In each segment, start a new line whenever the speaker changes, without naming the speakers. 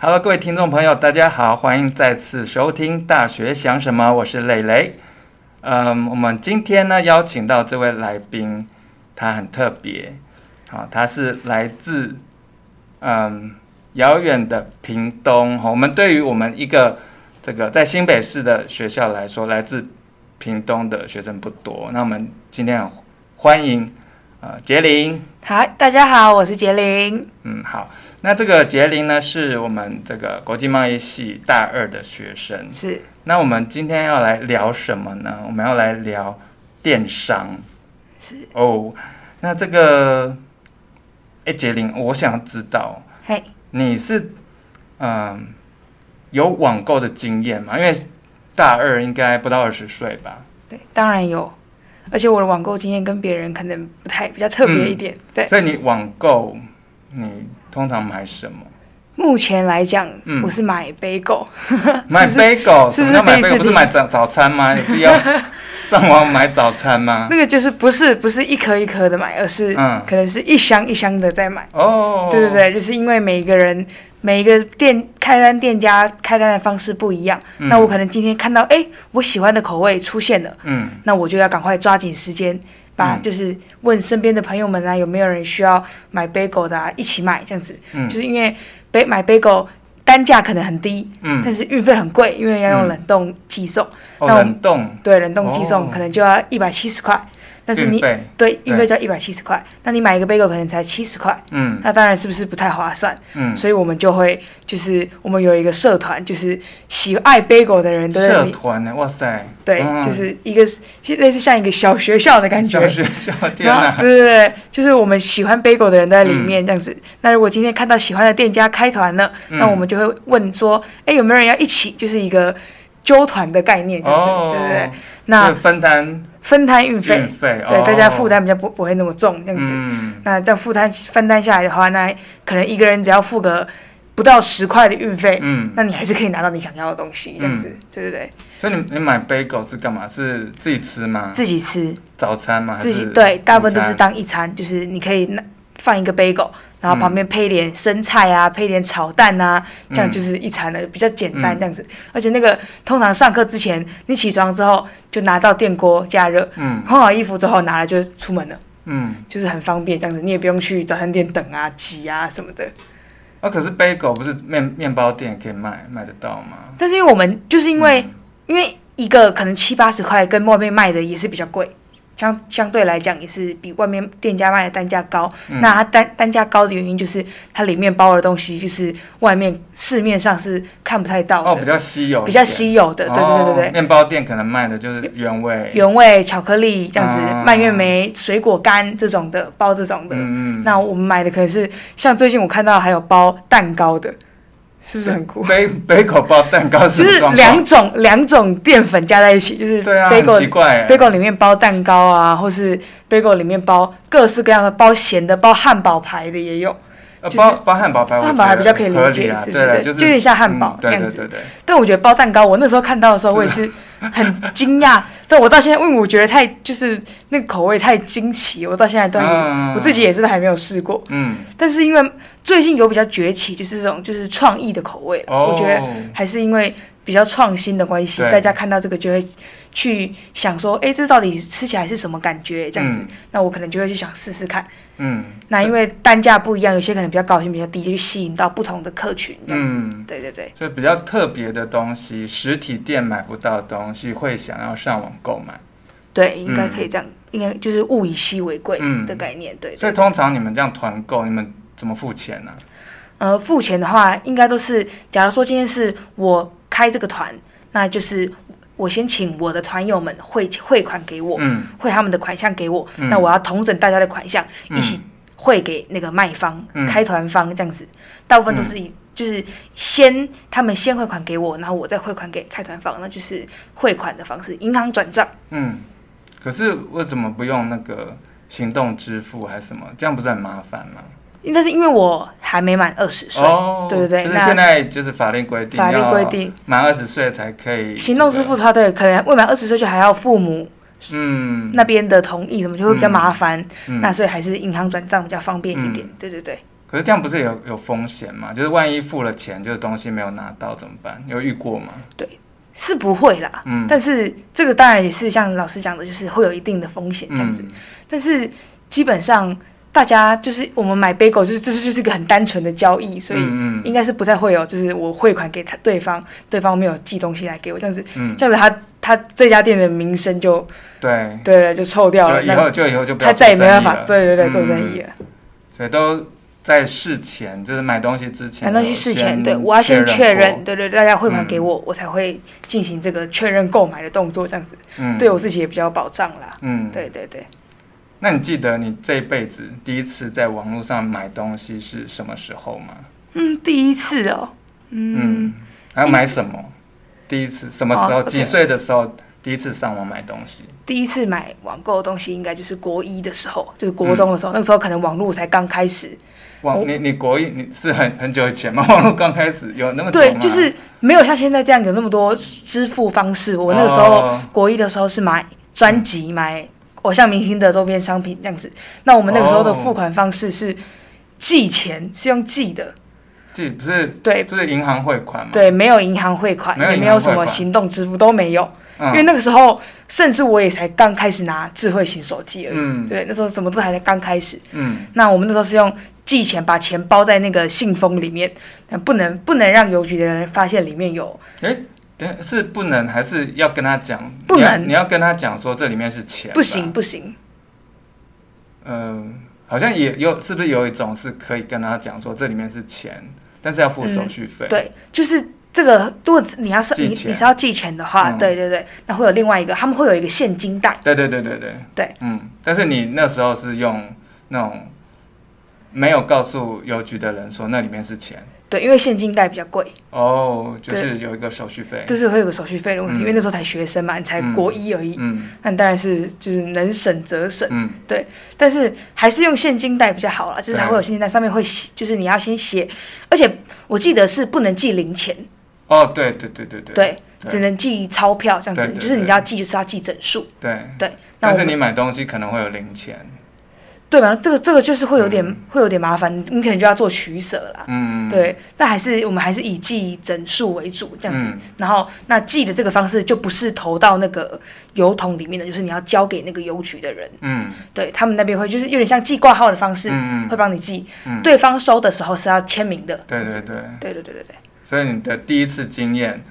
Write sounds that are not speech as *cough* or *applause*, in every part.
Hello，各位听众朋友，大家好，欢迎再次收听《大学想什么》，我是磊磊。嗯，我们今天呢邀请到这位来宾，他很特别，好、他是来自嗯遥远的屏东、哦。我们对于我们一个这个在新北市的学校来说，来自屏东的学生不多。那我们今天很欢迎呃杰林。
好，大家好，我是杰林。
嗯，好。那这个杰林呢，是我们这个国际贸易系大二的学生。
是，
那我们今天要来聊什么呢？我们要来聊电商。
是
哦，那这个，哎，杰林，我想知道
嘿，
你是嗯、有网购的经验吗？因为大二应该不到二十岁吧？
对，当然有，而且我的网购经验跟别人可能不太比较特别一点。
嗯
对，
所以你网购，你通常买什么？
目前来讲，
嗯啊
我是买杯狗，
买 bagel？
是
什么
不是
叫买
第一次
bagel？不是
听
买早早餐吗？有必要
*laughs*
上网买早餐吗？
那个就是不是不是一颗一颗的买，而是
嗯
可能是一箱一箱的在买。
哦，
对对对，就是因为每一个人每一个店开单店家开单的方式不一样，
嗯
那我可能今天看到哎我喜欢的口味出现了，
嗯，
那我就要赶快抓紧时间，把
嗯
就是问身边的朋友们啊，有没有人需要买 bagel 的、啊，一起买这样子。
嗯
就是因为杯买 bagel 单价可能很低，
嗯
但是运费很贵，因为要用冷冻寄送。
哦，
那我
冷冻
对，冷冻寄
哦
送可能就要一百七十块，但是
运
你
费，
对运
对
费就要一百七十块，那你买一个 bagel 可能才七十块。
嗯
那当然是不是不太划算？
嗯，
所以我们就会就是我们有一个社团，就是喜爱 bagel 的人都在
社
里
团呢，哇塞，
对，
嗯
就是一个类似像一个小学校的感觉
小。学校天
然
啊
后，对对对，就是我们喜欢 bagel 的人都在里面这样子。那如果今天看到喜欢的店家开团了，
嗯
那我们就会问说，哎，有没有人要一起？就是一个揪团的概念这样子，
哦，
对不对？
就
那
分担
分摊运费，
运费，
对
哦
大家负担比较不不会那么重这样子。
嗯，
那这样负担分担下来的话，那可能一个人只要付个不到十块的运费，
嗯，
那你还是可以拿到你想要的东西这样子，对不对？
所以你你买 bagel 是干嘛？是自己吃吗？
自己吃，
早餐吗？还
自己
是
对，
午
大部分都是
餐
当一餐，就是你可以拿放一个 bagel，然后旁
嗯
边配点生菜啊，配点炒蛋啊，这
嗯
样就是一餐了，比较简单
嗯
这样子。而且那个通常上课之前，你起床之后就拿到电锅加热，
嗯
换好衣服之后拿了就出门了，
嗯，
就是很方便这样子，你也不用去早餐店等啊、挤啊什么的。
哦，可是 bagel 不是面面包店也可以卖卖得到吗？
但是因为我们就是因为、因为一个可能七八十块跟外面卖的也是比较贵，相相对来讲也是比外面店家卖的单价高。
嗯
那它单单价高的原因就是它里面包的东西就是外面市面上是看不太到的，
哦，比较稀有一点，
比较稀有的，对对对对
哦
对。
面包店可能卖的就是原味，
原味、巧克力这样子
啊，
蔓越莓、水果干这种的，包这种的。
嗯嗯，
那我们买的可能是像最近我看到还有包蛋糕的，是不是很酷？
Ba- bagel 包蛋 *laughs* 糕
就是是
什么状况
两种两种淀粉加在一起，就是
对啊，
b a
很
g e
奇怪欸，
bagel 里面包蛋糕啊，或是 bagel 里面包各式各样的，包咸的，包汉堡排的也有。
呃
就是
包包汉堡排，
汉堡排比较可以理解
合理啊，
是不是
对啦
对
就是
就有点像汉堡
嗯对
那
对
样子
对对，
但我觉得包蛋糕，我那时候看到的时候，我也是很惊讶。但我到现在，因为我觉得太就是那个口味太惊奇，我到现在都还没
嗯
我自己也是还没有试过。
嗯，
但是因为最近有比较崛起，就是这种就是创意的口味了，
哦，
我觉得还是因为比较创新的关系，
对
大家看到这个就会去想说，哎，这到底吃起来是什么感觉？这样子，
嗯
那我可能就会去想试试看。
嗯
那因为单价不一样，有些可能比较高，有些比较低，就去吸引到不同的客群这样子。
嗯，
对对对，
所以比较特别的东西，实体店买不到的东西，会想要上网购买。
对，应该可以这样，应该就是物以稀为贵
嗯
的概念。对
所
对
以通常你们这样团购，你们怎么付钱呢？
呃，付钱的话，应该都是，假如说今天是我开这个团，那就是我先请我的团友们汇汇款给我，
嗯
汇他们的款项给我，
嗯
那我要统整大家的款项，
嗯
一起汇给那个卖方、
嗯
开团方这样子。大部分都是以、就是先他们先汇款给我，然后我再汇款给开团方，那就是汇款的方式，银行转账。
嗯，可是为什么不用那个行动支付还是什么？这样不是很麻烦吗？
但是因为我还没满二十岁，
哦，
对对对
就是
那
现在就是法令规定，
法律规，定，
满二十岁才可以
行动支付的话，对，可能未满二十岁就还要父母
这个。嗯，
那边的同意什么，就会比较麻烦。
嗯
那所以还是银行转账比较方便一点。
嗯
对对对，
可是这样不是有有风险吗？就是万一付了钱，就是东西没有拿到怎么办？有遇过吗？
是不会啦，
嗯
但是这个当然也是像老师讲的，就是会有一定的风险这样子。
嗯
但是基本上大家就是我们买 bagel 就是这、就是就是一个很单纯的交易，所以
嗯
应该是不太会有就是我汇款给他对方，对方没有寄东西来给我这样子，
嗯，
这样子他他这家店的名声就
对，
对了就臭掉了，
就以后
那
就以后就不要
他再也没
做
办
生
法
意了
对对对做生意
嗯
了。
所以都在事前，就是买东西之前
买
有先，
东西事前对我要先确认，
过，
对对，对大家汇款给
嗯
我，我才会进行这个确认购买的动作，这样子
嗯，
对我自己也比较有保障啦。
嗯，
对对对，
那你记得你这一辈子第一次在网络上买东西是什么时候吗？
嗯，第一次哦，嗯
嗯，还要买什么？第一次什么时候？
哦，OK
几岁的时候第一次上网买东西？
第一次买网购的东西应该就是国一的时候，就是国中的时
嗯
候，那个时候可能网络才刚开始，我
网你你国一你是很很久以前吗？ *laughs* 网络刚开始有那么啊久
对，
吗
就是没有像现在这样有那么多支付方式。我那个时候
哦
国一的时候是买专辑、买偶像明星的周边商品这样子。那我们那个时候的
哦
付款方式是寄钱，是用寄的，
这不是
对
不是银行汇款吗？，
对，没有银行汇款，
没有
也没
银行
有什
汇
么
款
行动支付都没有。因为
嗯
那个时候，甚至我也才刚开始拿智慧型手机而已。
嗯
对，那时候什么都还在刚开始。
嗯
那我们那时候是用寄钱，把钱包在那个信封里面，那不能不能让邮局的人发现里面有
对，是不能还是要跟他讲？
不
你要
能
你要跟他讲说这里面是钱，
不行。不行，
嗯，好像也有，是不是有一种是可以跟他讲说这里面是钱，但是要付手续费？
嗯对，就是这个。如果你要是
寄
你
钱
你是要寄钱的话，
嗯
对对对，那会有另外一个，他们会有一个现金袋，
对对对对对
对，
嗯，但是你那时候是用那种没有告诉邮局的人说那里面是钱
对，因为现金袋比较贵，
哦，就是有一个手续费，
就是会有个手续费的问
嗯
题，因为那时候才学生嘛，你才国一而已，
嗯
那你当然是就是能省则省，
嗯
但是还是用现金袋比较好啦，就是它
对啊
会有现金袋，上面会写，就是你要先写，而且我记得是不能寄零钱，
哦，对对对对对
对，
对
只能寄钞票这样
对
子，
对
就是你
对
要寄就是要寄整数，
对，
对，那
但
我
是
们
你买东西可能会有零钱，
对吧？这个这个就是会有点、
嗯
会有点麻烦，你可能就要做取舍啦。
嗯，
对，那还是我们还是以寄整数为主这样子，
嗯
然后那寄的这个方式就不是投到那个邮筒里面的，就是你要交给那个邮局的人，
嗯
对他们那边会就是有点像寄挂号的方式，
嗯
会
嗯，
帮你寄，
嗯
对方收的时候是要签名的，
对
这
对
样子
对，
对对对对对，
所以你的第一次经验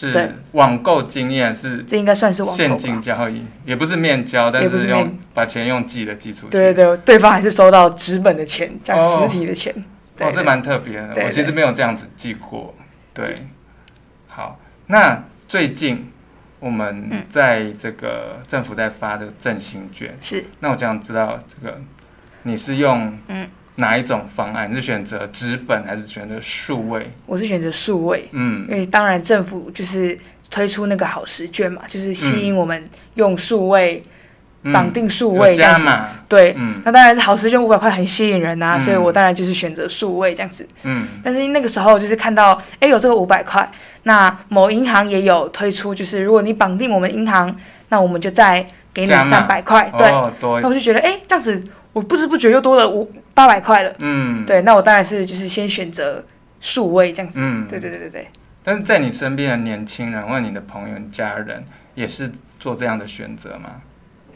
对
是网购经验是。
这应该算是网
现
购
金
吧。
交易也不是面交，但
也不是
是用
面
把钱用寄的寄出去。
对对对，对方还是收到纸本的钱，这样
哦
实体的钱。对
哦，这
对
蛮特别的，
对
我其实没有这样子记过。对，好，那最近我们
嗯
在这个政府在发的振兴券，
是
那我想知道这个你是用
嗯
哪一种方案？你是选择纸本还是选择数位？
我是选择数位，因
嗯
为当然政府就是推出那个好时券嘛，就是吸
嗯
引我们用数位绑定数位
有
这
加
样子。
码，
对，
嗯
那当然好时券五百块很吸引人啊，
嗯
所以我当然就是选择数位这样子。
嗯
但是那个时候就是看到，哎，有这个五百块，那某银行也有推出，就是如果你绑定我们银行，那我们就再给你
加码
三百块。对，
哦多
那我就觉得，哎，这样子我不知不觉又多了五八百块了。
嗯
对，那我当然是就是先选择数位这样子。
嗯
对对对对对。
但是在你身边的年轻人或者你的朋友、你家人也是做这样的选择吗？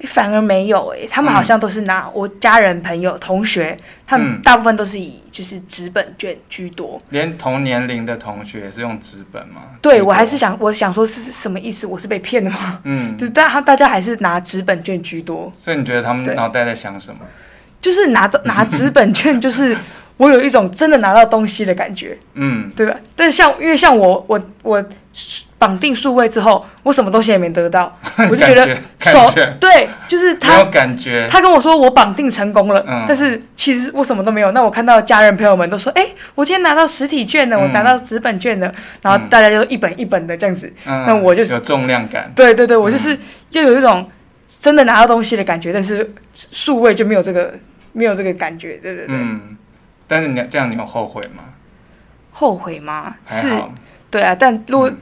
反而没有诶、他们好像都是拿、我家人、朋友、同学，他
嗯
们大部分都是以就是纸本卷居多。
连同年龄的同学也是用纸本吗？
对我还是想，我想说是是什么意思？我是被骗的吗？ *laughs*
嗯，
就大他大家还是拿纸本卷居多，
所以你觉得他们
对
脑袋在想什么？
就是拿
*laughs*
着拿纸本卷，就是我有一种真的拿到东西的感觉，
嗯，
对吧？但是像因为像我我我绑定数位之后，我什么东西也没
*laughs*
得到，我就觉得
感
手
觉
对，就是
没
他
有感觉，
他跟我说我绑定成功了，
嗯
但是其实我什么都没有。那我看到家人朋友们都说，哎、我今天拿到实体券了，我
嗯
拿到纸本券了，然后大家就一本一本的这样子。
嗯
那我就
有重量感。
对对对，我就是
嗯
又有一种真的拿到东西的感觉，但是数位就没有这个没有这个感觉，对对对。
嗯，但是你这样你有后悔吗？
后悔吗？
还
是，
好，
对啊，但如果
嗯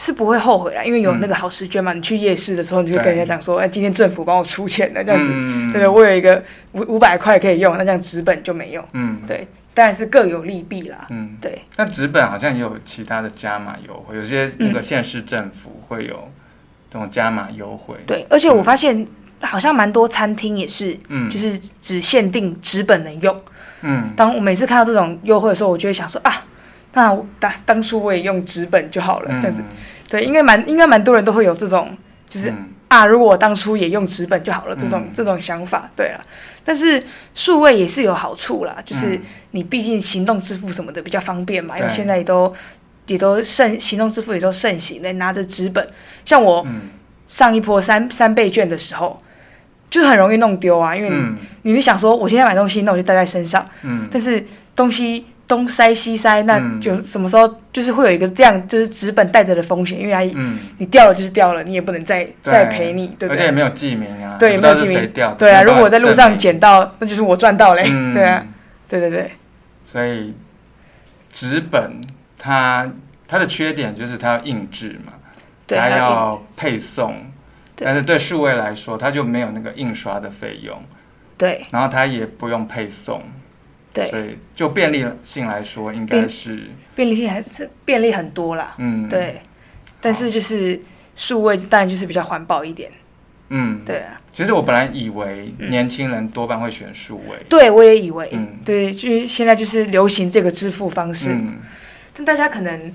是不会后悔啦，因为有那个好时券嘛，你去夜市的时候，你就跟人家讲说，哎，今天政府帮我出钱了，这样子，
嗯
对对，我有一个五五百块可以用，那这样纸本就没用，
嗯
对，当然是各有利弊啦，
嗯。
对，
那纸本好像也有其他的加码优惠，有些那
嗯
个县市政府会有这种加码优惠。，
对，而且我发现好像蛮多餐厅也是，
嗯
就是只限定纸本能用。
嗯，
当我每次看到这种优惠的时候，我就会想说啊，那我当当初我也用纸本就好了，
嗯
这样子，对，应该蛮应该蛮多人都会有这种，就是
嗯
啊，如果我当初也用纸本就好了，这种、
嗯
这种想法，对了。但是数位也是有好处啦，就是你毕竟行动支付什么的比较方便嘛，因为
嗯对
现在也都也都盛行动支付也都盛行的，拿着纸本，像我
嗯
上一波三三倍券的时候，就很容易弄丢啊，因为你,、
嗯
你就想说我现在买东西，那我就带在身上，
嗯
但是东西东塞西塞，那
嗯
就什么时候就是会有一个这样就是纸本带着的风险，因为它
嗯，
你掉了就是掉了，你也不能再
对
再赔你，对不
而且也
对？
没有记名啊，
对
也不知道
没有
是
记名
谁掉的。
对啊，
没有办法
如果我在路
证
上
明，
捡到，那就是我赚到嘞。
嗯
*laughs* 对啊，，对对对，
所以纸本它它的缺点就是它要印制嘛，
对
它
还有
要配送，
对
但是对数位来说，它就没有那个印刷的费用，
对
然后它也不用配送，所
对，
以就便利性来说，应该是
便利性还是便利很多啦。
嗯，，
对，但是就是数位当然就是比较环保一点。
嗯，。
对啊，嗯
其实我本来以为年轻人多半会选数位，
对我也以为，
嗯
对，就是现在就是流行这个支付方式，
嗯
但大家可能。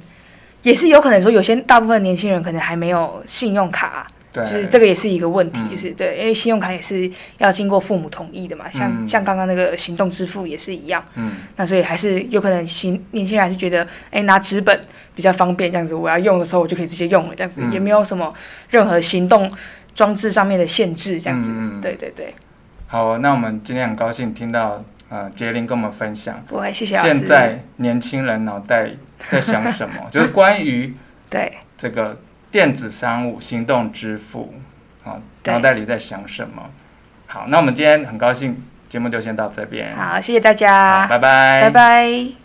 也是有可能说，有些大部分年轻人可能还没有信用卡、
对，
就是这个也是一个问题，
嗯
就是对，因为信用卡也是要经过父母同意的嘛，像、
嗯
像刚刚那个行动支付也是一样，
嗯。
那所以还是有可能新年轻人还是觉得，哎，拿纸本比较方便，这样子我要用的时候我就可以直接用了，这样子、
嗯
也没有什么任何行动装置上面的限制，这样
嗯
子，
嗯嗯
对对对，
好，那我们今天很高兴听到呃杰林跟我们分享，
不会，谢谢老师，
现在年轻人脑袋在想什
*laughs*
么，就是关于
对
这个电子商务、行动支付，好、
对
脑袋里在想什么？嗯好，那我们今天很高兴，节目就先到这边，
好，谢谢大家，
好拜拜，
拜拜